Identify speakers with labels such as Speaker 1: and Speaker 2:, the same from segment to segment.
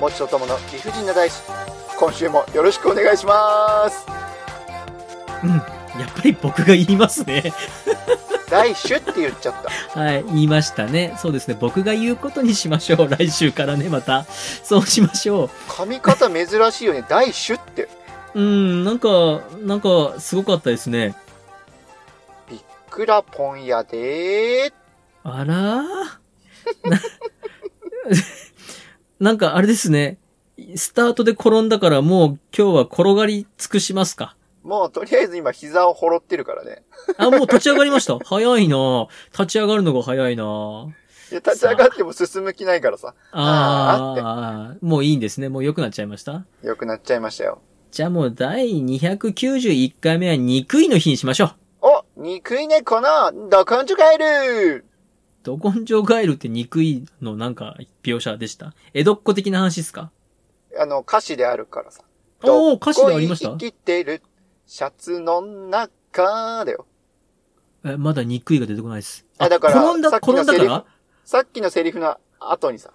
Speaker 1: もちとともの理不尽な大師今週もよろしくお願いします
Speaker 2: うん。やっぱり僕が言いますね。
Speaker 1: 大師って言っちゃった
Speaker 2: はい。言いましたね。そうですね。僕が言うことにしましょう。 来週からね、また。そうしましょう。
Speaker 1: 髪型珍しいよね大師って
Speaker 2: うん、なんか、なんか、すごかったですね。
Speaker 1: びっくらぽんやで
Speaker 2: あらー な なんかあれですね。スタートで転んだからもう今日は転がり尽くしますか。
Speaker 1: もうとりあえず今膝をほろってるからね
Speaker 2: あ、もう立ち上がりました。 早いなぁ立ち上がるのが早いなぁ
Speaker 1: いや立ち上がっても進む気ないからさ
Speaker 2: あー、もういいんですね。もう良くなっちゃいました。
Speaker 1: 良くなっちゃいましたよ
Speaker 2: じゃあもう第291回目は憎いの日にしましょう。
Speaker 1: お憎いねこのど根性ガエル
Speaker 2: ど根性ガエルって憎いのなんか描写でした。江戸っ子的な話ですか
Speaker 1: あの歌詞であるからさ
Speaker 2: おー、歌詞でありました
Speaker 1: どこに生きてるシャツの中だよ
Speaker 2: え、まだ憎いが出てこないです。
Speaker 1: あだから
Speaker 2: 転んだ、
Speaker 1: さっき
Speaker 2: 転
Speaker 1: の
Speaker 2: んだ
Speaker 1: セ
Speaker 2: か
Speaker 1: リフ
Speaker 2: ら
Speaker 1: さっきのセリフの後にさ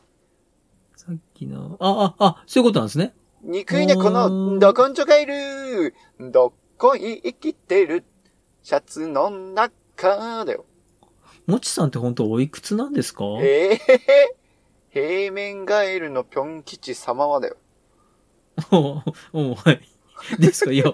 Speaker 2: さっきの、あ、あ、あ、そういうことなんですね。
Speaker 1: 憎いね、この、ど根性がいるどっこい生きてるシャツの中だよ。
Speaker 2: もちさんって本当おいくつなんですか
Speaker 1: ええへへ。平面ガエルのぴょん吉様はだよ。
Speaker 2: おおはい。ですかいや、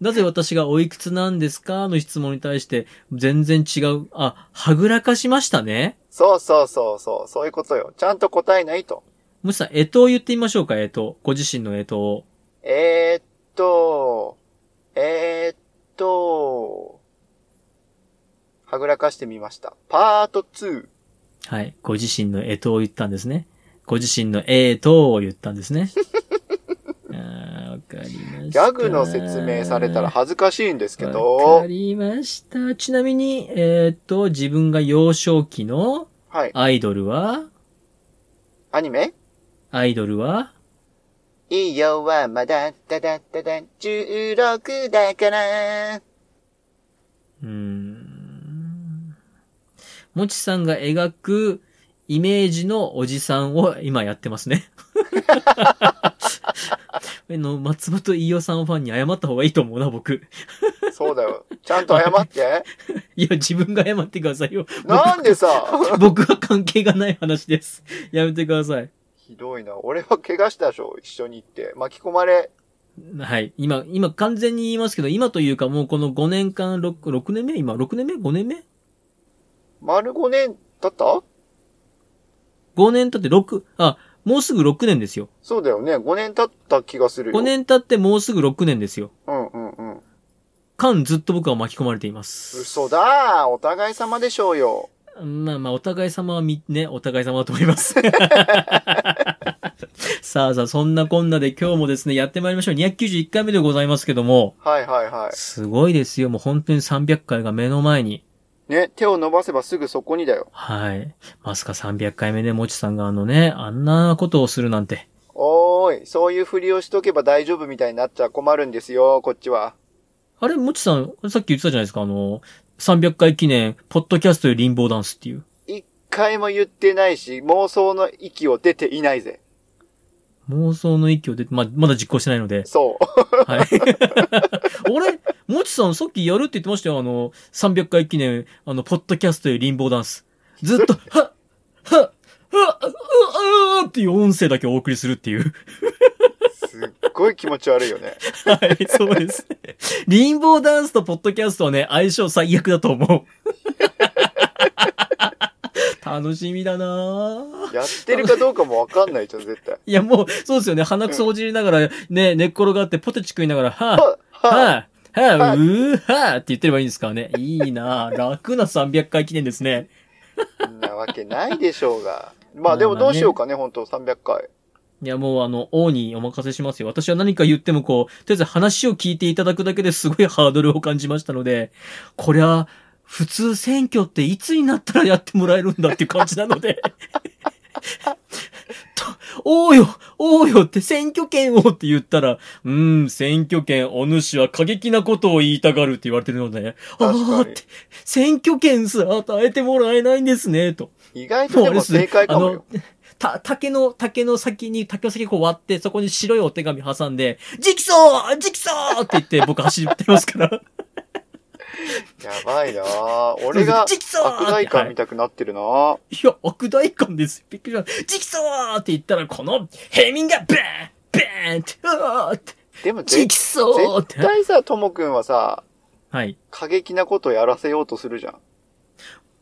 Speaker 2: なぜ私がおいくつなんですかの質問に対して、全然違う。あ、はぐらかしましたね。
Speaker 1: そうそうそうそう、そういうことよ。ちゃんと答えないと。
Speaker 2: もちさん、えとを言ってみましょうか、えと。ご自身のえとを。
Speaker 1: えー、っと、えー、っと、はぐらかしてみました。パート2。
Speaker 2: はい。ご自身のえとを言ったんですね。ご自身のえとを言ったんで すね。あーわかりました。
Speaker 1: ギャグの説明されたら恥ずかしいんですけ
Speaker 2: わか
Speaker 1: ど、
Speaker 2: りました。ちなみに、えーっと、自分が幼少期の
Speaker 1: はい。
Speaker 2: アイドルは
Speaker 1: アニメ
Speaker 2: アイドルはい
Speaker 1: いよはまだ、だだだだ、16だから。
Speaker 2: うーん。もちさんが描くイメージのおじさんを今やってま すね。あの松本伊代さんファンに謝った方がいいと思うな、僕。
Speaker 1: そうだよ。ちゃんと謝って。
Speaker 2: いや、自分が謝ってくださいよ。
Speaker 1: なんでさ、
Speaker 2: 僕は関係がない話です。やめてください。
Speaker 1: ひどいな。俺は怪我したでしょ、一緒に行って。巻き込まれ。
Speaker 2: はい。今、今完全に言いますけど、今というかもうこの5年間、6, 6年目今、6年目 ?5 年目
Speaker 1: 丸5年経った
Speaker 2: ?5 年経って6、あ、もうすぐ6年ですよ。
Speaker 1: そうだよね。5年経った気がするよ。
Speaker 2: 5年経ってもうすぐ6年ですよ。
Speaker 1: うんうんうん。
Speaker 2: 間ずっと僕は巻き込まれています。
Speaker 1: 嘘だお互い様でしょうよ。
Speaker 2: まあまあ、お互い様はみ、ね、お互い様だと思います。さあさあ、そんなこんなで今日もですね、やってまいりましょう。291回目でございますけども、
Speaker 1: はいはいは
Speaker 2: すごいですよ。もう本当に300回が目の前に。
Speaker 1: い。ね、手を伸ばせばすぐそこにだよ。
Speaker 2: はい。まさか300回目でもちさんがあのね、あんなことをするなんて。
Speaker 1: おーい、そういうふりをしとけば大丈夫みたいになっちゃ困るんですよ、こっちは。
Speaker 2: あれ、もちさん、さっき言ってたじゃないですか、あの、300回記念、ポッドキャストよりリンボーダンスっていう。
Speaker 1: 一回も言ってないし、妄想の域を出ていないぜ。
Speaker 2: 妄想の域を出て、まあ、まだ実行してないので。
Speaker 1: そう。
Speaker 2: はい。 俺、もちさん、さっきやるって言ってましたよ、あの、300回記念、あの、ポッドキャストよりリンボーダンス。ずっと、 はっ、はっ、はっ、う、う、う、っていう音声だけお送りするっていう。
Speaker 1: すっごい気持ち悪いよ ね。
Speaker 2: はい、そうです。リンボーダンスとポッドキャストはね、相性最悪だと思う。 楽しみだなぁ
Speaker 1: やってるかどうかもわかんないじゃん、絶対。
Speaker 2: いや、もう、そうですよね。鼻くそほじりながら、ね、寝っ転がってポテチ食いながら、は
Speaker 1: は
Speaker 2: ぁ、
Speaker 1: は
Speaker 2: はぁ、は
Speaker 1: はい
Speaker 2: ぁ、うーはぁって言ってればいいんですからね。いいなぁ。楽な300回記念ですね。
Speaker 1: んなわけないでしょうが。まあでもどうしようかね、本当300回。
Speaker 2: いや、もうあの、王にお任せしますよ。私は何か言ってもこう、とりあえず話を聞いていただくだけですごいハードルを感じましたので、こりゃ、普通選挙っていつになったらやってもらえるんだっていう感じなので、 と、おうよ、おうよって選挙権をって言ったら、うーん、選挙権、お主は過激なことを言いたがるって言われてるので、あ
Speaker 1: 確か
Speaker 2: あ
Speaker 1: に
Speaker 2: って、選挙権すら与えてもらえないんですね、と。
Speaker 1: 意外とでも正解かもよ。
Speaker 2: た、竹の、竹の先に、竹の先こう割って、そこに白いお手紙挟んで、直訴直訴って言って僕走ってますから。
Speaker 1: やばいなぁ俺が
Speaker 2: 直訴
Speaker 1: 悪代官みたくなってるなぁ
Speaker 2: いや、悪大官ですよ。びっくりした。直訴って言ったら、この、ヘミンが、バーンバーンって、うわーって、
Speaker 1: でもぜ
Speaker 2: 直訴っ
Speaker 1: 絶
Speaker 2: て。
Speaker 1: 対さ、ともくんはさ、
Speaker 2: はい。
Speaker 1: 過激なことをやらせようとするじゃん。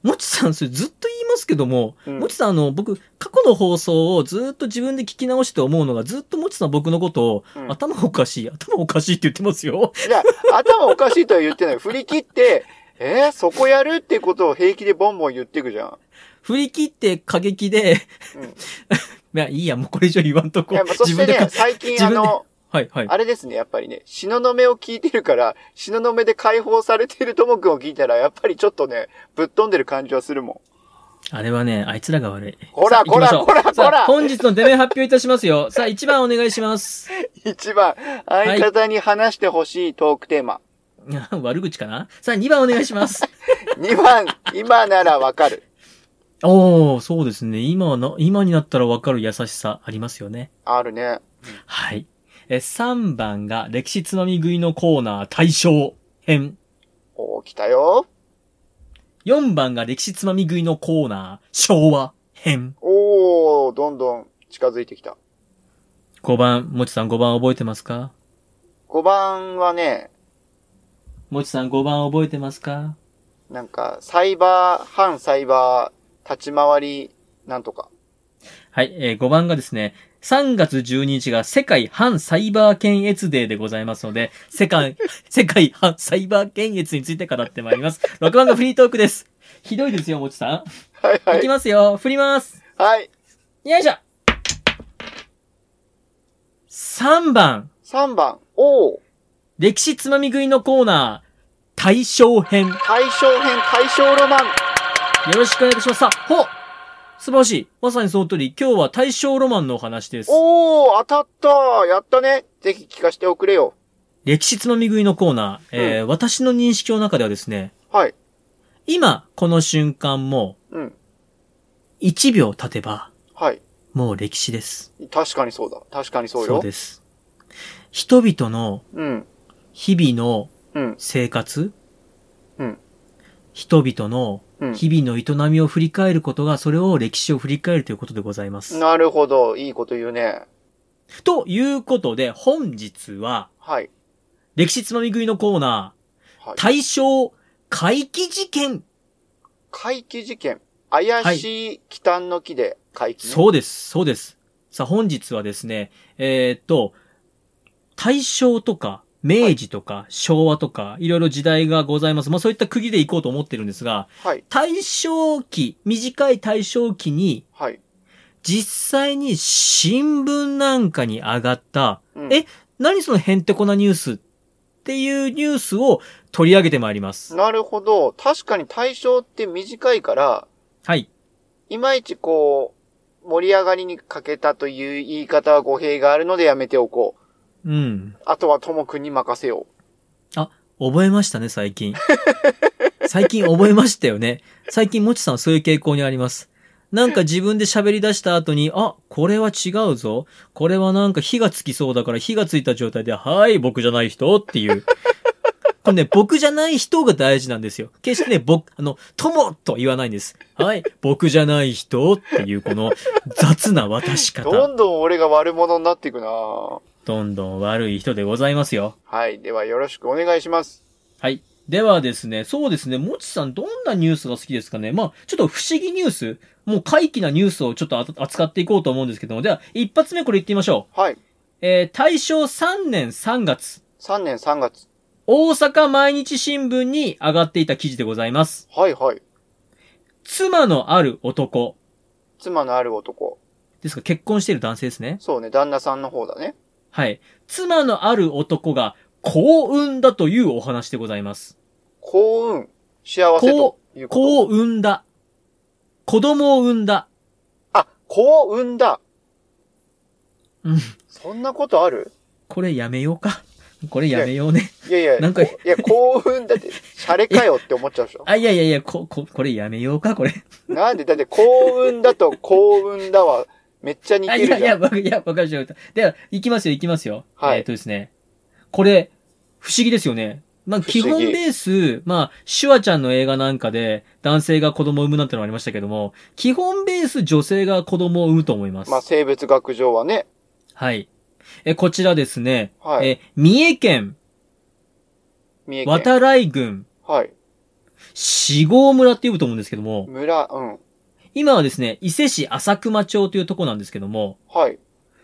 Speaker 2: もちさん、それずっと言いますけども、
Speaker 1: うん
Speaker 2: もちさん、あの、僕、過去の放送をずっと自分で聞き直して思うのが、ずっともちさん僕のことを、
Speaker 1: うん
Speaker 2: 頭おかしい、頭おかしいって言ってますよ。
Speaker 1: いや、頭おかしいとは言ってない。振り切って、えーそこやるってことを平気でボンボン言ってくじゃん。
Speaker 2: 振り切って過激で、
Speaker 1: うん
Speaker 2: まあいいや、もうこれ以上言わんとこ。
Speaker 1: いやまあそして
Speaker 2: か
Speaker 1: ね、最近
Speaker 2: 自
Speaker 1: あ
Speaker 2: 分で
Speaker 1: の、
Speaker 2: はい、はい。
Speaker 1: あれですね、やっぱりね、しののめを聞いてるから、しののめで解放されてるともくんを聞いたら、やっぱりちょっとね、ぶっ飛んでる感じはするも
Speaker 2: あれはね、あいつらが悪い。
Speaker 1: こら
Speaker 2: さあ行きましょう
Speaker 1: こらこら
Speaker 2: さ
Speaker 1: こ
Speaker 2: あ
Speaker 1: ら
Speaker 2: 本日のデメ発表いたしますよ。さあ、1番お願いします。
Speaker 1: ん。一番、相方に話してほしいトークテーマ。
Speaker 2: いや悪口かなさあ、2番お願い します。
Speaker 1: 二番、今ならわかる。
Speaker 2: おー、そうですね。今はな、今になったらわかる優しさありますよね。
Speaker 1: あるね。
Speaker 2: はい。え、3番が歴史つまみ食いのコーナー対象編。
Speaker 1: おー、来たよ。
Speaker 2: 4番が歴史つまみ食いのコーナー昭和編。
Speaker 1: おー、どんどん近づいてきた。
Speaker 2: 5番、もちさん5番覚えてますか
Speaker 1: 5番はね、
Speaker 2: もちさん5番覚えてますか
Speaker 1: なんか、サイバー、反サイバー、立ち回り、なんとか。
Speaker 2: はい、えー5番がですね、3月12日が世界反サイバー検閲デーでございますので、世 界、世界反サイバー検閲について語ってまいります。6番がフリートークです。ひどいですよ、もちさ
Speaker 1: はい
Speaker 2: ん。
Speaker 1: はい
Speaker 2: き
Speaker 1: い。
Speaker 2: ますよ、振ります。
Speaker 1: はい。
Speaker 2: よいしょ !3 番、
Speaker 1: 3番、おー、
Speaker 2: 歴史つまみ食いのコーナー、大正編。よ
Speaker 1: 対象編、対象ロマン。
Speaker 2: ろしくお願いします。さあ、ほ素晴らしい。まさにその通り、今日は大正ロマンのお話です。
Speaker 1: おー、当たったやったねぜひ聞かせておくれよ。
Speaker 2: 歴史つまみ食いのコーナー、えー私の認識の中ではですね、
Speaker 1: はい。
Speaker 2: 今、この瞬間も、
Speaker 1: うん。
Speaker 2: 1秒経てば、
Speaker 1: はい。
Speaker 2: もう歴史です。
Speaker 1: 確かにそうだ。確かにそうよ。う
Speaker 2: です。人々の
Speaker 1: ん。
Speaker 2: 日々の
Speaker 1: うん。
Speaker 2: 生活、
Speaker 1: うん
Speaker 2: 人々の
Speaker 1: うん。
Speaker 2: 日々の営みを振り返ることが、それを歴史を振り返るということでございます。
Speaker 1: なるほど。いいこと言うね。
Speaker 2: ということで、本日は、
Speaker 1: はい。
Speaker 2: 歴史つまみ食いのコーナ
Speaker 1: は
Speaker 2: ー、
Speaker 1: い。
Speaker 2: 大正回帰事件。
Speaker 1: 怪奇事件。怪しい忌憚の木で怪奇、ね
Speaker 2: そうです、そうです。さあ、本日はですね、えーっと、大正とか、明治とか、昭和とか、いろいろ時代がございます。まあそういった区切りで行こうと思ってるんですが、
Speaker 1: はい。
Speaker 2: 大正期、短い大正期に、
Speaker 1: はい。
Speaker 2: 実際に新聞なんかに上がった、
Speaker 1: うん
Speaker 2: え何そのヘンテコなニュースっていうニュースを取り上げてまいります。
Speaker 1: なるほど。確かに対象って短いから、
Speaker 2: はい。
Speaker 1: いまいちこう、盛り上がりに欠けたという言い方は語弊があるのでやめておこう。
Speaker 2: うん。
Speaker 1: あとはともくんに任せよ
Speaker 2: 覚えましたね、最 近。最近覚えましたよね。最近、もちさんはそういう傾向にあります。なんか自分で喋り出した後に、あ、これは違うぞ。これはなんか火がつきそうだから火がついた状態で、はい、僕じゃない人っていう。これね、僕じゃない人が大事なんですよ。決してね、僕、あの、友とは言わないんです。はい、僕じゃない人っていうこの雑な渡し
Speaker 1: う。ど
Speaker 2: 方。
Speaker 1: んどん俺が悪者になっていくなぁ
Speaker 2: どんどん悪い人でございますよ。
Speaker 1: はい。ではよろしくお願いします。
Speaker 2: はい。ではですね、そうですね、もちさんどんなニュースが好きですかねまあ、ちょっと不思議ニュース、もう怪奇なニュースをちょっとあた扱っていこうと思うんですけども、では、一発目これ言ってみましょう。
Speaker 1: はい。
Speaker 2: えー、大正3年3月、
Speaker 1: 3年3月。
Speaker 2: 大阪毎日新聞に上がっていた記事でございます。
Speaker 1: はいはい。
Speaker 2: 妻のある男。
Speaker 1: 妻のある男。
Speaker 2: ですか、結婚している男性ですね。
Speaker 1: そうね、旦那さんの方だね。
Speaker 2: はい。妻のある男が幸運だというお話でございます。
Speaker 1: 幸運。幸せということ。
Speaker 2: 子を産んだ。子供を産んだ。
Speaker 1: あ、幸運だ。
Speaker 2: うん
Speaker 1: そんなことある
Speaker 2: これやめようか。これやめようね。
Speaker 1: いやいや、
Speaker 2: なんか
Speaker 1: こいや、興奮、だって、シャレかよって思っちゃうでしょ。
Speaker 2: あ、いやいやいや、こ、こ、これやめようか、これ。
Speaker 1: なんで、だって幸運だと幸運だわ。めっちゃ似
Speaker 2: あ、
Speaker 1: て
Speaker 2: い
Speaker 1: るじゃ
Speaker 2: や
Speaker 1: ん。
Speaker 2: いや、わかいやわかりました。では、行きますよ、行きますよ。
Speaker 1: はい
Speaker 2: えっ、とですね。これ、不思議ですよね。まあ、
Speaker 1: 不思議
Speaker 2: 基本ベース、まあ、シュワちゃんの映画なんかで、男性が子供を産むなんてのもありましたけども、基本ベース女性が子供を産むと思います。
Speaker 1: まあ、生物学上はね。
Speaker 2: はい。え、こちらですね。
Speaker 1: はい
Speaker 2: え、三重県、
Speaker 1: 三重県。
Speaker 2: 渡来郡、
Speaker 1: はい。
Speaker 2: 四郷村って呼ぶと思うんですけども、
Speaker 1: 村、うん。
Speaker 2: 今はですね、伊勢市浅熊町というとこなんですけども、
Speaker 1: はい。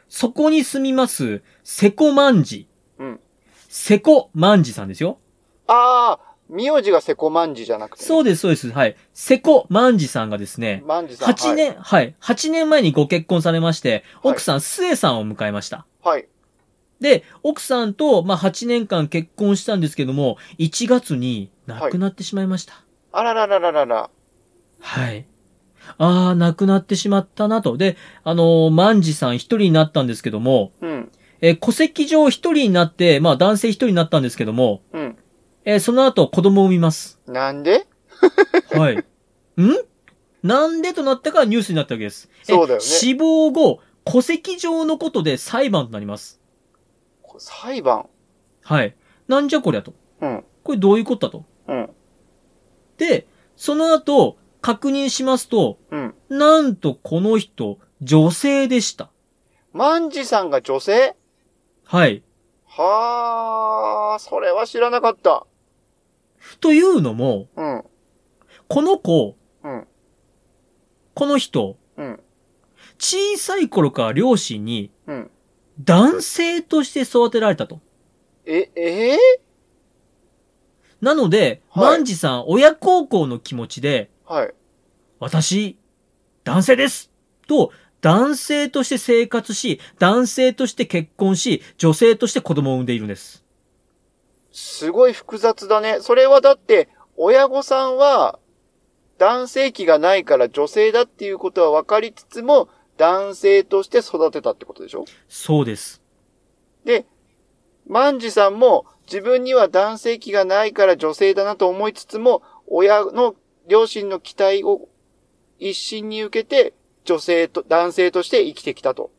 Speaker 2: そこに住みます、瀬古万次。
Speaker 1: うん。
Speaker 2: 瀬古万次さんですよ。
Speaker 1: ああ、名字がセコマンジじゃなくて、
Speaker 2: そうです、そうです。はい。瀬古万次さんがですね、
Speaker 1: マンジさん。
Speaker 2: 8年、はい、8年前にご結婚されまして、
Speaker 1: はい
Speaker 2: 奥さん、スエさんを迎えました。
Speaker 1: はい。はい。
Speaker 2: で、奥さんと、まあ、8年間結婚したんですけども、1月に亡くなってしまいました。
Speaker 1: あらららららら。
Speaker 2: はい。ああ、亡くなってしまったなと。で、あのー万次さん一人になったんですけども、
Speaker 1: うん。
Speaker 2: えー戸籍上一人になって、まあ男性一人になったんですけども、
Speaker 1: うん。
Speaker 2: えーその後子供を産みます。
Speaker 1: なんで
Speaker 2: はい。ん なんでとなったかニュースになったわけです。え
Speaker 1: そうだよね
Speaker 2: 死亡後、戸籍上のことで裁判となります。
Speaker 1: こ裁判。
Speaker 2: はい。なんじゃこりゃと。
Speaker 1: うん。
Speaker 2: これどういうことだと。
Speaker 1: うん。
Speaker 2: で、その後、確認しますと、
Speaker 1: うん。
Speaker 2: なんとこの人、女性でした。
Speaker 1: マンジさんが女性
Speaker 2: はい。
Speaker 1: はあ、それは知らなかった。
Speaker 2: というのも、
Speaker 1: うん。
Speaker 2: この子、
Speaker 1: うん。
Speaker 2: この人、
Speaker 1: うん。
Speaker 2: 小さい頃から両親に
Speaker 1: うん。
Speaker 2: 男性として育てられたと。
Speaker 1: え、ええ
Speaker 2: なので、
Speaker 1: はい
Speaker 2: 万次さん親孝行の気持ちで、
Speaker 1: はい。
Speaker 2: 私、男性ですと、男性として生活し、男性として結婚し、女性として子供を産んでいるんです。
Speaker 1: すごい複雑だね。それはだって、親御さんは、男性器がないから女性だっていうことは分かりつつも、男性として育てたってことでしょ
Speaker 2: そうです。
Speaker 1: で、万次さんも自分には男性器がないから女性だなと思いつつも、親の両親の期待を一心に受けて、女性と、男性として生きてきたと。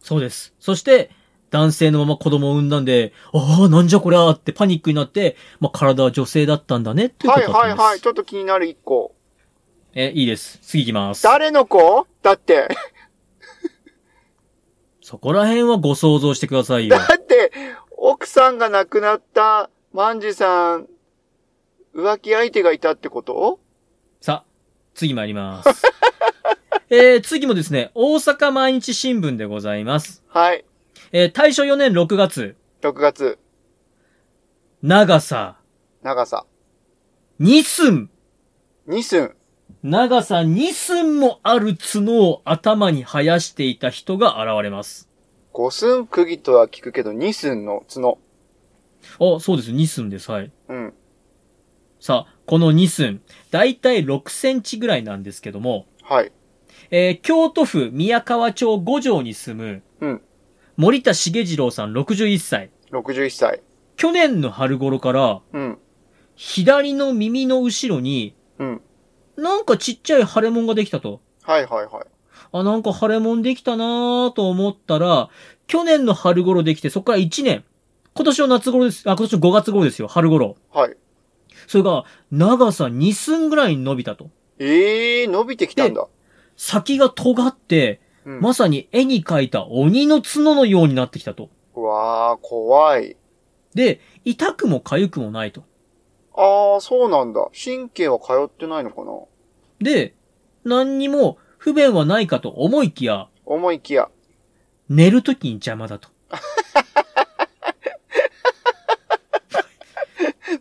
Speaker 2: そうです。そして、男性のまま子供を産んだんで、ああ、なんじゃこりゃーってパニックになって、まあ、体は女性だったんだね、というこ
Speaker 1: はい
Speaker 2: とだったん
Speaker 1: は
Speaker 2: で
Speaker 1: い
Speaker 2: す。
Speaker 1: はい。ちょっと気になる一個。
Speaker 2: え、いいです。次行きます。
Speaker 1: 誰の子だって。
Speaker 2: そこら辺はご想像してくださいよ。
Speaker 1: だって、奥さんが亡くなった万次さん、浮気相手がいたってこと
Speaker 2: さあ、次参ります。 えー、次もですね、大阪毎日新聞でございます。
Speaker 1: はい。
Speaker 2: えー、大正4年6月、
Speaker 1: 6月、
Speaker 2: 長さ
Speaker 1: 長さ。
Speaker 2: 2寸、
Speaker 1: 2寸。
Speaker 2: 長さ2寸もある角を頭に生やしていた人が現れます。
Speaker 1: 5寸釘とは聞くけど、2寸の角。
Speaker 2: あ、そうです、2寸です、はい。
Speaker 1: うん。
Speaker 2: さあ、この2寸、だいたい6センチぐらいなんですけども、
Speaker 1: はい。
Speaker 2: えー、京都府宮川町五条に住む、
Speaker 1: うん
Speaker 2: 森田茂次郎さん61歳。
Speaker 1: 61歳。
Speaker 2: 去年の春頃から、
Speaker 1: うん。
Speaker 2: 左の耳の後ろに、
Speaker 1: うん。
Speaker 2: なんかちっちゃい腫れ物ができたと。
Speaker 1: はいはいはい。
Speaker 2: あ、なんか腫れ物できたなぁと思ったら、去年の春頃できて、そこから1年。今年の夏頃です。あ、今年の5月頃ですよ。春頃。
Speaker 1: はい。
Speaker 2: それが、長さ2寸ぐらいに伸びたと。
Speaker 1: ええー、伸びてきたんだ。
Speaker 2: 先が尖って、
Speaker 1: うん。
Speaker 2: まさに絵に描いた鬼の角のようになってきたと。
Speaker 1: うわー、怖い。
Speaker 2: で、痛くも痒くもないと。
Speaker 1: あー、そうなんだ。神経は通ってないのかな
Speaker 2: で、何にも不便はないかと思いきや、
Speaker 1: 思いきや。
Speaker 2: 寝るときに邪魔だと。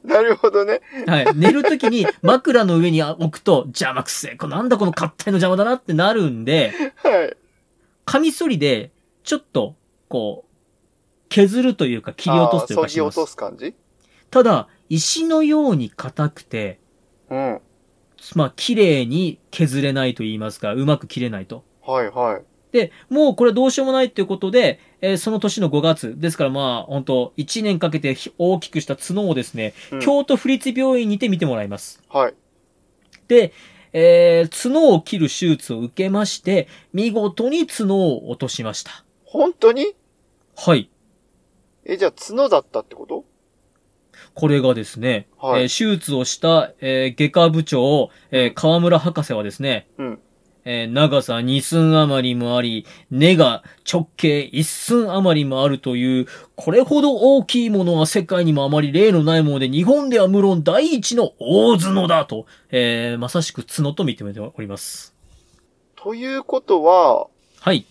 Speaker 1: なるほどね。
Speaker 2: はい。寝るときに枕の上に置くと邪魔くせえ。これなんだこの勝手の邪魔だなってなるんで、
Speaker 1: はい。
Speaker 2: カミソリで、ちょっと、こう、削るというか切り落とすという
Speaker 1: あー
Speaker 2: か
Speaker 1: 削
Speaker 2: し
Speaker 1: ぎ
Speaker 2: ま
Speaker 1: 落
Speaker 2: す
Speaker 1: と。す感じ
Speaker 2: ただ、石のように硬くて、
Speaker 1: うん。はい
Speaker 2: まあ、綺麗に削れないと言いますか、うまく切れないと。
Speaker 1: はい。
Speaker 2: で、もうこれどうしようもないっていうことで、えーその年の5月、ですからまあ、本当1年かけてひ大きくした角をですね、
Speaker 1: うん
Speaker 2: 京都府立病院にて見てもらいます。
Speaker 1: はい。
Speaker 2: で、えー角を切る手術を受けまして、見事に角を落としました。
Speaker 1: 本当に
Speaker 2: はい。
Speaker 1: え、じゃあ角だったってこと
Speaker 2: これがですね、
Speaker 1: はい
Speaker 2: えー手術をした、えー外科部長、えー河村博士はですね、
Speaker 1: うん
Speaker 2: えー長さ2寸余りもあり、根が直径1寸余りもあるという、これほど大きいものは世界にもあまり例のないもので、日本では無論第一の大角だと、えーまさしく角と認めております。
Speaker 1: ということは、
Speaker 2: はい。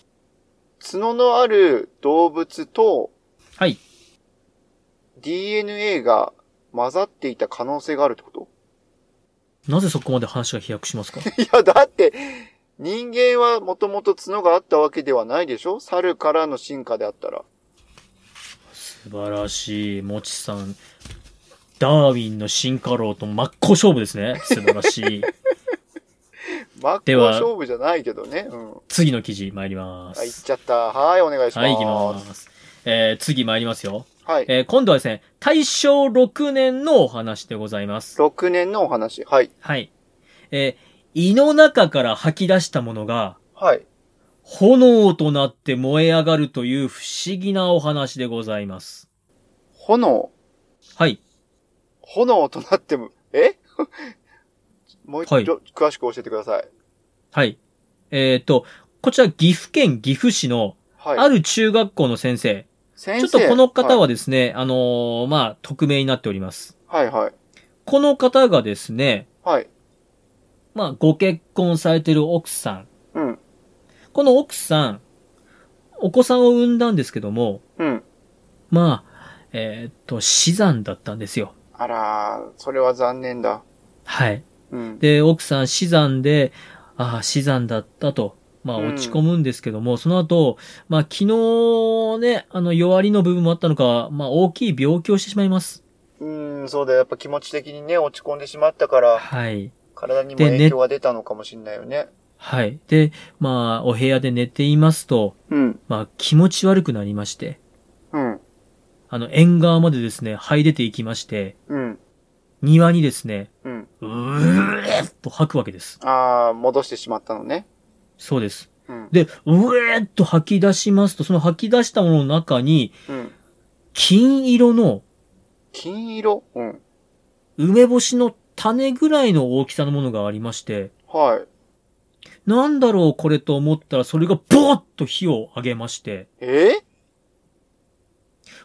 Speaker 1: 角のある動物と
Speaker 2: はい。
Speaker 1: DNA が混ざっていた可能性があるってこと
Speaker 2: なぜそこまで話が飛躍しますか
Speaker 1: いや、だって、人間はもともと角があったわけではないでしょ猿からの進化であったら。
Speaker 2: 素晴らしい、もちさん。ダーウィンの進化論と真っ向勝負ですね。素晴らしい。
Speaker 1: 真っ
Speaker 2: で
Speaker 1: 向
Speaker 2: は
Speaker 1: 勝負じゃないけどね。うん。
Speaker 2: 次の記事参りま
Speaker 1: あ、行っ
Speaker 2: す。
Speaker 1: ちゃった。はい、お願いします。
Speaker 2: はい、行きます。えー、次参りますよ。
Speaker 1: はい。
Speaker 2: えー、今度はですね、大正6年のお話でございます。
Speaker 1: 6年のお話。はい。
Speaker 2: はい。えー、胃の中から吐き出したものが、
Speaker 1: はい。
Speaker 2: 炎となって燃え上がるという不思議なお話でございます。
Speaker 1: 炎。
Speaker 2: はい。
Speaker 1: 炎となっても、え もう一度、
Speaker 2: はい
Speaker 1: 詳しく教えてください。
Speaker 2: はい。えっ、と、こちら岐阜県岐阜市の
Speaker 1: は
Speaker 2: あ
Speaker 1: い。
Speaker 2: る中学校の先生。
Speaker 1: 先
Speaker 2: ち
Speaker 1: 生
Speaker 2: ょっとこの方
Speaker 1: は
Speaker 2: はですね、あのーまあ、匿名になっております。
Speaker 1: い、はい、はい。
Speaker 2: この方がですね、
Speaker 1: はい。
Speaker 2: まあ、ご結婚されてる奥さん。
Speaker 1: うん。
Speaker 2: この奥さん、お子さんを産んだんですけども、
Speaker 1: うん。
Speaker 2: まあ、えーっと、死産だったんですよ。
Speaker 1: あらー、それは残念だ。
Speaker 2: はい。
Speaker 1: うん。
Speaker 2: で、奥さん死産で、ああ、死産だったと、まあ、
Speaker 1: うん
Speaker 2: 落ち込むんですけども、その後、まあ、昨日ね、あの、弱りの部分もあったのか、まあ、大きい病気をしてしまいます。
Speaker 1: うーん、そうだよ。やっぱ気持ち的にね、落ち込んでしまったから、
Speaker 2: はい。
Speaker 1: 体にも
Speaker 2: でね
Speaker 1: 影響が出たのかもしれないよね。
Speaker 2: はい。で、まあ、お部屋で寝ていますと、
Speaker 1: うん。
Speaker 2: まあ、気持ち悪くなりまして、
Speaker 1: うん。
Speaker 2: あの、縁側までですね、這い出ていきまして、
Speaker 1: うん。
Speaker 2: 庭にですね、
Speaker 1: うん。
Speaker 2: うーっと吐くわけです。
Speaker 1: あー、戻してしまったのね。
Speaker 2: そうです。
Speaker 1: うん。
Speaker 2: で、うーっと吐き出しますと、その吐き出したものの中に、
Speaker 1: うん。
Speaker 2: 金色の
Speaker 1: 金色うん。
Speaker 2: 梅干しの種ぐらいの大きさのものがありまして、
Speaker 1: はい。
Speaker 2: なんだろうこれと思ったら、それがボーッと火を上げまして、
Speaker 1: え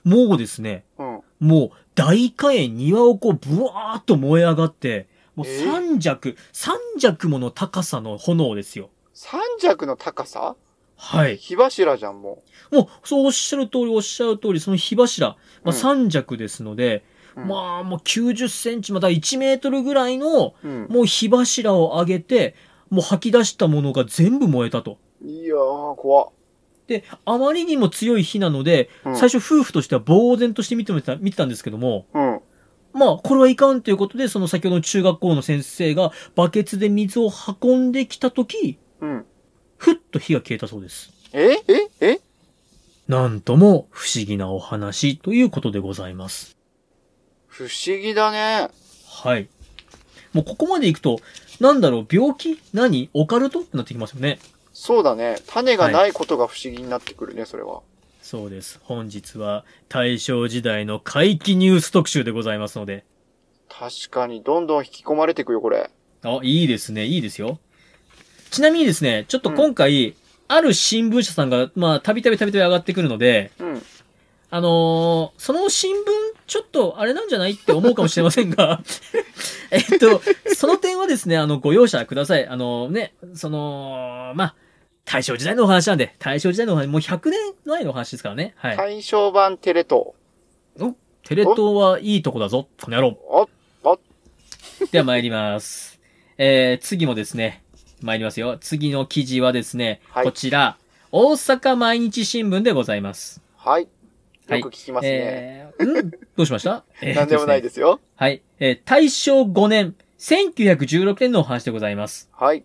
Speaker 2: もうですね、
Speaker 1: うん。
Speaker 2: もう大火炎庭をこうブワーっと燃え上がって、もう
Speaker 1: え
Speaker 2: 三尺、三尺もの高さの炎ですよ。
Speaker 1: 三尺の高さ
Speaker 2: はい。
Speaker 1: 火柱じゃん、も
Speaker 2: もう、そうおっしゃる通り、おっしゃる通り、その火柱、
Speaker 1: う
Speaker 2: まあ、
Speaker 1: ん
Speaker 2: 三尺ですので、
Speaker 1: う。うん、
Speaker 2: まあ、もう90センチ、また1メートルぐらいの、
Speaker 1: うん。
Speaker 2: もう火柱を上げて、もう吐き出したものが全部燃えたと。
Speaker 1: いやー、怖っ。
Speaker 2: で、あまりにも強い火なので、
Speaker 1: うん
Speaker 2: 最初夫婦としては呆然として見てた、見てたんですけども、
Speaker 1: うん。
Speaker 2: まあ、これはいかんということで、その先ほどの中学校の先生がバケツで水を運んできたとき、
Speaker 1: うん。
Speaker 2: ふっと火が消えたそうです。
Speaker 1: えええ
Speaker 2: なんとも不思議なお話ということでございます。
Speaker 1: 不思議だね。
Speaker 2: はい。もうここまで行くと、なんだろう、病気何オカルトってなってきますよね。
Speaker 1: そうだね。種がないことが不思議になってくるね、それは。
Speaker 2: そうです。本日は大正時代の怪奇ニュース特集でございますので。
Speaker 1: 確かに、どんどん引き込まれてくよ、これ。
Speaker 2: あ、いいですね、いいですよ。ちなみにですね、ちょっと今回、ある新聞社さんが、まあ、たびたびたびたび上がってくるので、
Speaker 1: うん。
Speaker 2: あのーその新聞、ちょっとあれなんじゃないって思うかもしれませんが、 えっと、その点はですね、あの、ご容赦ください。あのね、その、まあ、大正時代のお話なんで、大正時代のお話、もう100年前のお話ですからね。はい。
Speaker 1: 対象版テレ東。
Speaker 2: テレ東はいいとこだぞ、この野郎。
Speaker 1: お
Speaker 2: では参ります。 えー、次もですね、参りますよ。次の記事はですね、
Speaker 1: はい
Speaker 2: こちら、大阪毎日新聞でございます。
Speaker 1: はい。
Speaker 2: は
Speaker 1: よ
Speaker 2: い
Speaker 1: く聞きますね。
Speaker 2: えー、んどうし ました、えー
Speaker 1: なんでもないですよ。
Speaker 2: はい。えー大正5年、1916年のお話でございます。
Speaker 1: はい。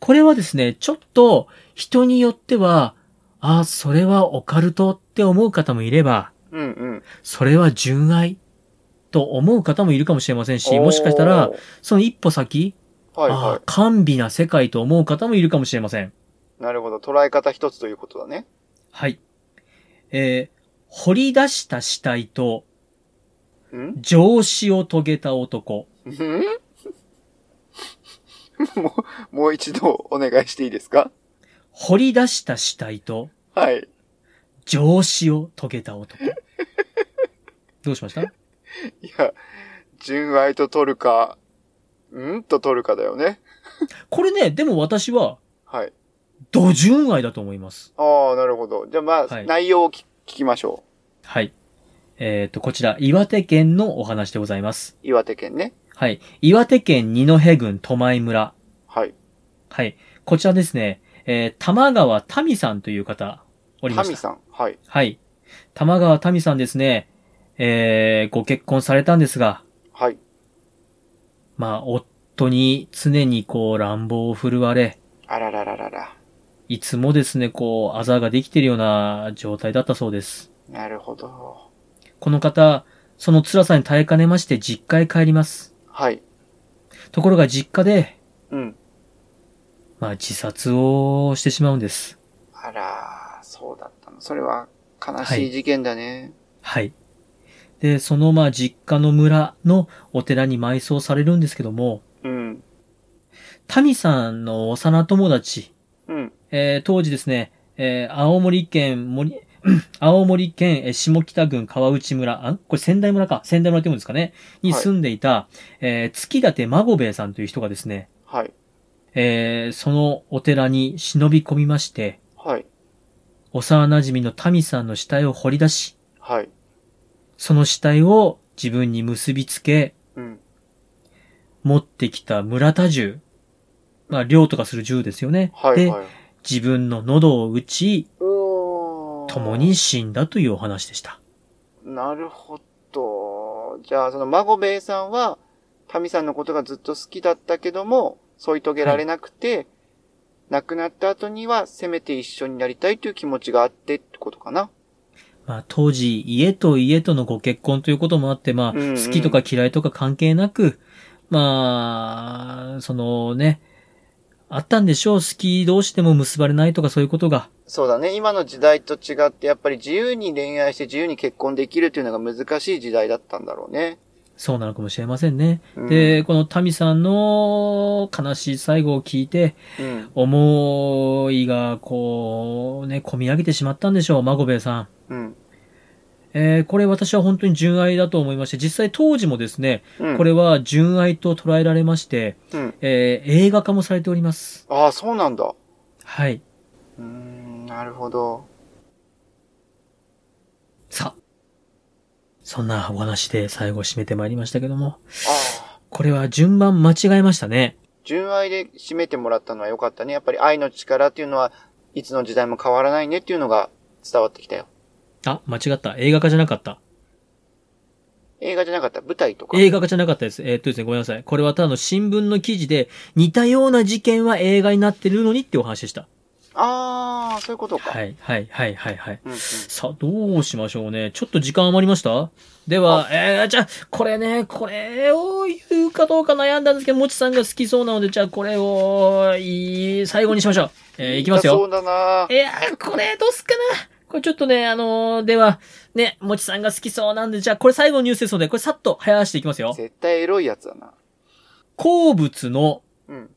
Speaker 2: これはですね、ちょっと人によっては、あ、それはオカルトって思う方もいれば、
Speaker 1: うんうん。
Speaker 2: それは純愛と思う方もいるかもしれませんし、もしかしたら
Speaker 1: お、ー、
Speaker 2: その一歩先、
Speaker 1: はい
Speaker 2: あ
Speaker 1: は
Speaker 2: あ、甘美な世界と思う方もいるかもしれません。
Speaker 1: い。なるほど。捉え方一つということだね。
Speaker 2: はい。えー掘り出した死体と
Speaker 1: ん
Speaker 2: 上司を遂げた男。
Speaker 1: ん もう、もう一度お願いしていいですか
Speaker 2: 掘り出した死体と
Speaker 1: はい。
Speaker 2: 上司を遂げた男。 どうしました
Speaker 1: いや、純愛と取るか、んと取るかだよね。
Speaker 2: これね、でも私は、
Speaker 1: はい。
Speaker 2: 土純愛だと思います。
Speaker 1: ああ、なるほど。じゃあまあ、
Speaker 2: はい
Speaker 1: 内容をき聞きましょ
Speaker 2: はい。えっ、と、こちら、岩手県のお話でございます
Speaker 1: う。。岩手県ね。
Speaker 2: はい。岩手県二戸郡戸前村。
Speaker 1: はい。
Speaker 2: はい。こちらですね、えー、玉川民さんという方、おりました
Speaker 1: 神。さん。はい。
Speaker 2: はい。玉川民さんですね、えー、ご結婚されたんですが、
Speaker 1: はい。
Speaker 2: まあ、夫に常にこう乱暴を振るわれ、
Speaker 1: あららららら。
Speaker 2: いつもですね、こう、あざができているような状態だったそうです。
Speaker 1: なるほど。
Speaker 2: この方、その辛さに耐えかねまして実家へ帰ります。
Speaker 1: はい。
Speaker 2: ところが実家で、
Speaker 1: うん。
Speaker 2: まあ自殺をしてしまうんです。
Speaker 1: あら、そうだったの。それは悲しい事件だね。
Speaker 2: はい。で、そのまあ実家の村のお寺に埋葬されるんですけども、
Speaker 1: うん。
Speaker 2: 民さんの幼友達、
Speaker 1: うん。
Speaker 2: えー当時ですね、えー青森県森、 青森県えー下北郡川内村、あこれ仙台村か、仙台村って言うんですかね、に
Speaker 1: はい
Speaker 2: 住んでいた、えー月立孫兵衛さんという人がですね、
Speaker 1: はい。
Speaker 2: えーそのお寺に忍び込みまして、
Speaker 1: はい。
Speaker 2: 幼馴染の民さんの死体を掘り出し、
Speaker 1: はい。
Speaker 2: その死体を自分に結びつけ、
Speaker 1: うん。
Speaker 2: 持ってきた村田銃、まあ、猟とかする銃ですよね。
Speaker 1: はい。
Speaker 2: で、
Speaker 1: はい。
Speaker 2: 自分の喉を打ち、
Speaker 1: おー
Speaker 2: 共に死んだというお話でした。
Speaker 1: なるほど。じゃあ、その、孫兵衛さんは、民さんのことがずっと好きだったけども、添い遂げられなくて、亡くなった後には、せめて一緒になりたいという気持ちがあってってことかな。
Speaker 2: まあ、当時、家と家とのご結婚ということもあって、まあ、
Speaker 1: うんうん
Speaker 2: 好きとか嫌いとか関係なく、まあ、そのね、あったんでしょう。好き同士でも結ばれないとかそういうことが。
Speaker 1: そうだね。今の時代と違って、やっぱり自由に恋愛して自由に結婚できるというのが難しい時代だったんだろうね。
Speaker 2: そうなのかもしれませんね。
Speaker 1: うん
Speaker 2: で、この民さんの悲しい最後を聞いて、
Speaker 1: うん。
Speaker 2: 思いがこう、ね、込み上げてしまったんでしょう、孫兵衛さん。
Speaker 1: うん。
Speaker 2: えーこれ私は本当に純愛だと思いまして、実際当時もですね、
Speaker 1: うん。
Speaker 2: これは純愛と捉えられまして、
Speaker 1: うん。
Speaker 2: えー映画化もされております。
Speaker 1: ああ、そうなんだ。
Speaker 2: はい。
Speaker 1: うーん、なるほど。
Speaker 2: さあ。そんなお話で最後締めてまいりましたけども、
Speaker 1: ああ。
Speaker 2: これは順番間違えましたね。
Speaker 1: 純愛で締めてもらったのは良かったね。やっぱり愛の力っていうのは、いつの時代も変わらないねっていうのが伝わってきたよ。
Speaker 2: あ、間違った。映画化じゃなかった。
Speaker 1: 映画じゃなかった、舞台とか。
Speaker 2: 映画化じゃなかったです。えーっとですね、ごめんなさい。これはただの新聞の記事で、似たような事件は映画になってるのにってお話でした。
Speaker 1: あー、そういうことか。
Speaker 2: はい、はい、はい、はい、はい。
Speaker 1: うんうん、
Speaker 2: さあ、どうしましょうね。ちょっと時間余りましたでは、えー、じゃあ、これね、これを言うかどうか悩んだんですけど、もちさんが好きそうなので、じゃあこれを、いい、最後にしましょう。えー、いきます
Speaker 1: 痛そ
Speaker 2: よ
Speaker 1: う。だない
Speaker 2: やー、これ、どうすっかな。これちょっとね、あのーでは、ね、もちさんが好きそうなんで、じゃあこれ最後のニュースですので、これさっと流行していきますよ。
Speaker 1: 絶対エロいやつだな。
Speaker 2: 好物の
Speaker 1: うん。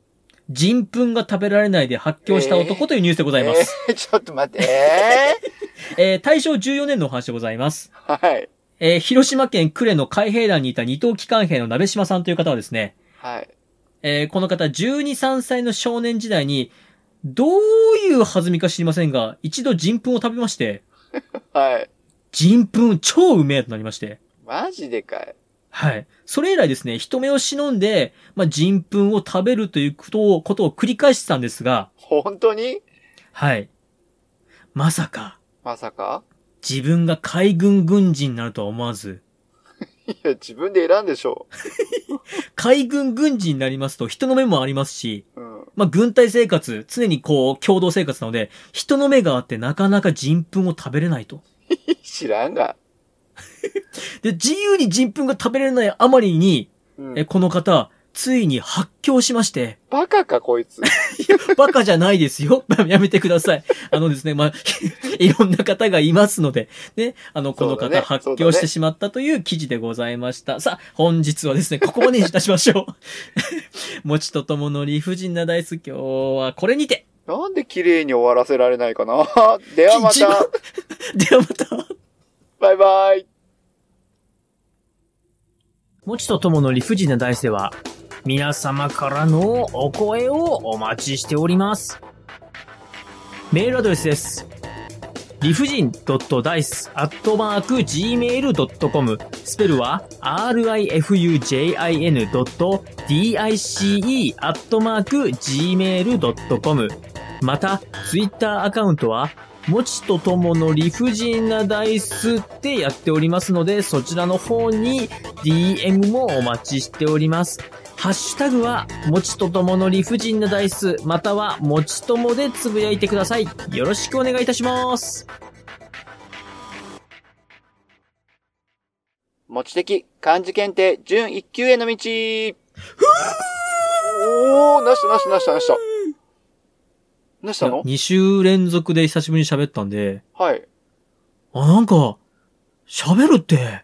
Speaker 2: 人糞が食べられないで発狂した男というニュースでございます。
Speaker 1: えー、 ちょっと待って。え
Speaker 2: えー大正14年のお話でございます。
Speaker 1: ー、はい。
Speaker 2: えー広島県呉の海兵団にいた二等機関兵の鍋島さんという方はですね、
Speaker 1: はい。
Speaker 2: えーこの方12、3歳の少年時代に、どういう弾みか知りませんが、一度人糞を食べまして、
Speaker 1: はい。
Speaker 2: 人糞超うめえとなりまして、
Speaker 1: マジでかい。
Speaker 2: はい。それ以来ですね、人目を忍んで、まあ、人糞を食べるということを、ことを繰り返してたんですが、
Speaker 1: 本当に
Speaker 2: はい。まさか、
Speaker 1: まさか
Speaker 2: 自分が海軍軍人になるとは思わず、
Speaker 1: いや、自分で選んでしょ
Speaker 2: 海軍軍人になりますと人の目もありますし、
Speaker 1: う。うん。
Speaker 2: まあ、軍隊生活、常にこう、共同生活なので、人の目があってなかなか人糞を食べれないと。
Speaker 1: 知らんが。
Speaker 2: で、自由に人糞が食べれないあまりに、
Speaker 1: うん
Speaker 2: え、この方、ついに発狂しまして、
Speaker 1: バカか、こいつ。
Speaker 2: バカじゃないですよ。 やめてください。あのですね、まあ、 いろんな方がいますので、ね、あの、この
Speaker 1: そうだね
Speaker 2: 方発
Speaker 1: そう
Speaker 2: 狂
Speaker 1: だ
Speaker 2: し
Speaker 1: ね
Speaker 2: てしまったという記事でございました。さあ、本日はですね、ここまでにいたしましょ う。 もちとともの理不尽なダイス、今日はこれにて。
Speaker 1: なんで綺麗に終わらせられないかな。ではま
Speaker 2: 一番
Speaker 1: た。
Speaker 2: ではまた。
Speaker 1: バイバイ。
Speaker 2: もちとともの理不尽な大世は、皆様からのお声をお待ちしております。メールアドレスです。理不尽 d i c e g m a i l c o m スペルは rifujin.dice g m a i l c o m また、ツイッターアカウントは、もちとともの理不尽なダイスってやっておりますので、そちらの方に DM もお待ちしております。ハッシュタグは、もちとともの理不尽なダイス、または、もちともでつぶやいてください。よろしくお願いいたします。
Speaker 1: 持ち的漢字検定準一級への道おー、なしたなしたなしたなした。なしたの
Speaker 2: 2週連続で久しぶりに喋ったんで、
Speaker 1: はい。
Speaker 2: あ、なんか、喋るって、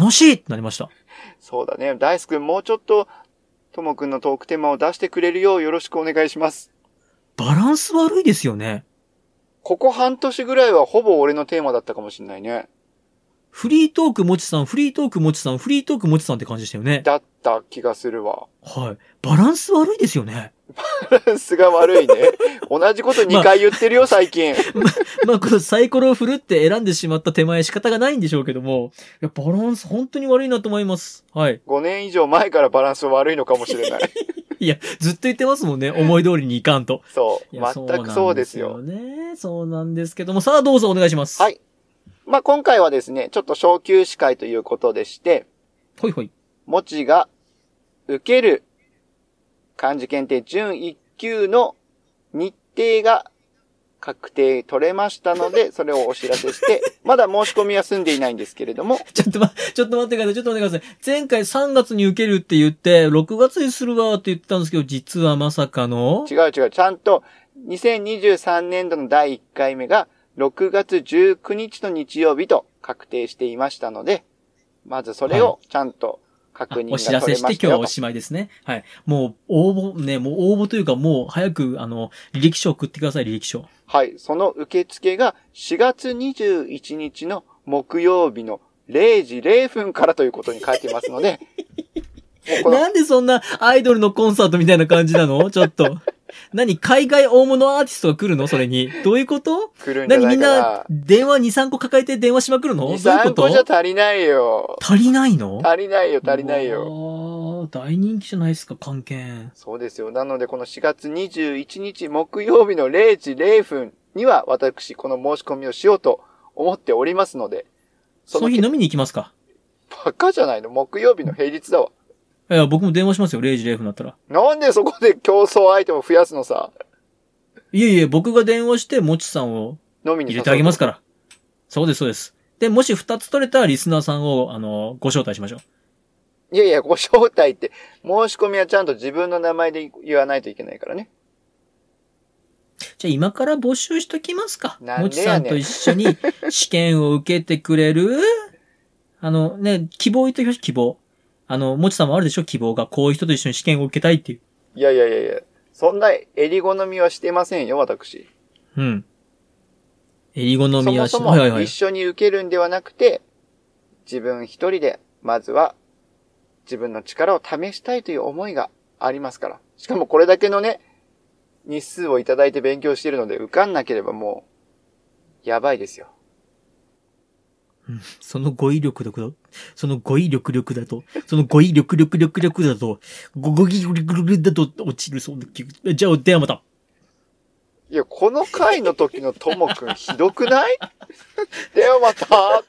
Speaker 2: 楽しいってなりました。
Speaker 1: そうだね。ダイスくんもうちょっと、ともくんのトークテーマを出してくれるようよろしくお願いします。
Speaker 2: バランス悪いですよね。
Speaker 1: ここ半年ぐらいはほぼ俺のテーマだったかもしんないね。
Speaker 2: フリートークもちさん、フリートークもちさん、フリートークもちさんって感じでしたよね。
Speaker 1: だった気がするわ。
Speaker 2: はい。バランス悪いですよね。
Speaker 1: バランスが悪いね。同じこと2回言ってるよ、最近。
Speaker 2: まあ、このサイコロを振るって選んでしまった手前仕方がないんでしょうけども、いや、バランス本当に悪いなと思います。はい。
Speaker 1: 5年以上前からバランス悪いのかもしれない。
Speaker 2: いや、ずっと言ってます もんね。思い通りにいかんと。
Speaker 1: そ。
Speaker 2: いうや
Speaker 1: 全くそうですよ
Speaker 2: そ。うなんですよね。そうなんですけども、さあどうぞお願いします。
Speaker 1: はいまあ、今回はですね、ちょっと小休止会ということでして、
Speaker 2: ほいほい。
Speaker 1: もちが受ける漢字検定準1級の日程が確定取れましたので、それをお知らせして、 まだ申し込みは済んでいないんですけれども、
Speaker 2: ちょっとま、ちょっと待ってください。ちょっと待ってください。前回3月に受けるって言って、6月にするわって言ってたんですけど、実はまさかの
Speaker 1: 違、う違う、ちゃんと2023年度の第1回目が6月19日の日曜日と確定していましたので、まずそれをちゃんと確認
Speaker 2: お知
Speaker 1: が
Speaker 2: ら
Speaker 1: 取れ
Speaker 2: せして
Speaker 1: まし
Speaker 2: 今日
Speaker 1: た
Speaker 2: は
Speaker 1: よ
Speaker 2: お
Speaker 1: と。
Speaker 2: しまいですね。はい。もう応募、ね、もう応募というかもう早く、あの、履歴書送ってください、履歴書。
Speaker 1: はい、その受付が4月21日の木曜日の0時0分からということに書いてますので、もうこの
Speaker 2: なんでそんなアイドルのコンサートみたいな感じな のちょっと。何海外大物アーティストが来るのそれに。どういうこと
Speaker 1: 来るんじゃ
Speaker 2: 何
Speaker 1: な
Speaker 2: み
Speaker 1: い
Speaker 2: ん
Speaker 1: か
Speaker 2: な電話2、3個抱えて電話しまくるの
Speaker 1: な。
Speaker 2: どう
Speaker 1: 2、
Speaker 2: いう
Speaker 1: 3
Speaker 2: こ
Speaker 1: 個じゃ
Speaker 2: と
Speaker 1: 足りないよ。
Speaker 2: 足りないの
Speaker 1: 足りないよ、足りないよ。
Speaker 2: よ。大人気じゃないですか、関係。
Speaker 1: そうですよ。なので、この4月21日木曜日の0時0分には、私、この申し込みをしようと思っておりますので、
Speaker 2: その日
Speaker 1: 結
Speaker 2: 飲みに行きますか
Speaker 1: 果バカじゃないの木曜日の平日だわ。
Speaker 2: いや、僕も電話しますよ、0時0分だったら。
Speaker 1: なんでそこで競争アイテムを増やすのさ。
Speaker 2: いえいえ、僕が電話して、もちさんを
Speaker 1: 飲みに。
Speaker 2: 入れてあげますすから。そうです、そうです。で、もし2つ取れたらリスナーさんを、あの、ご招待しましょう。
Speaker 1: いやいや、ご招待って、申し込みはちゃんと自分の名前で言わないといけないからね。
Speaker 2: じゃあ今から募集しときますか。
Speaker 1: なんでやねん
Speaker 2: もちさんと一緒に試験を受けてくれるあのね、希望言っときましょう、希望。あの、もちさんもあるでしょ、希望が。こういう人と一緒に試験を受けたいっていう。
Speaker 1: いやいやいやいや、そんな襟好みはしてませんよ、私。
Speaker 2: うん。えり好
Speaker 1: そ
Speaker 2: み
Speaker 1: も
Speaker 2: はし、
Speaker 1: そ
Speaker 2: はいはい
Speaker 1: も
Speaker 2: はい
Speaker 1: 一。緒に受けるんではなくて、自分一人で、まずは自分の力を試したいという思いがありますから。しかもこれだけのね、日数をいただいて勉強しているので、受かんなければもう、やばいですよ。
Speaker 2: その語彙力だと、その語彙力力だと、その語彙力力力力だと、ご語彙力力だと落ちるそうな気がじゃあ、ではまた。
Speaker 1: い や、この回の時のともくんひどくないではまた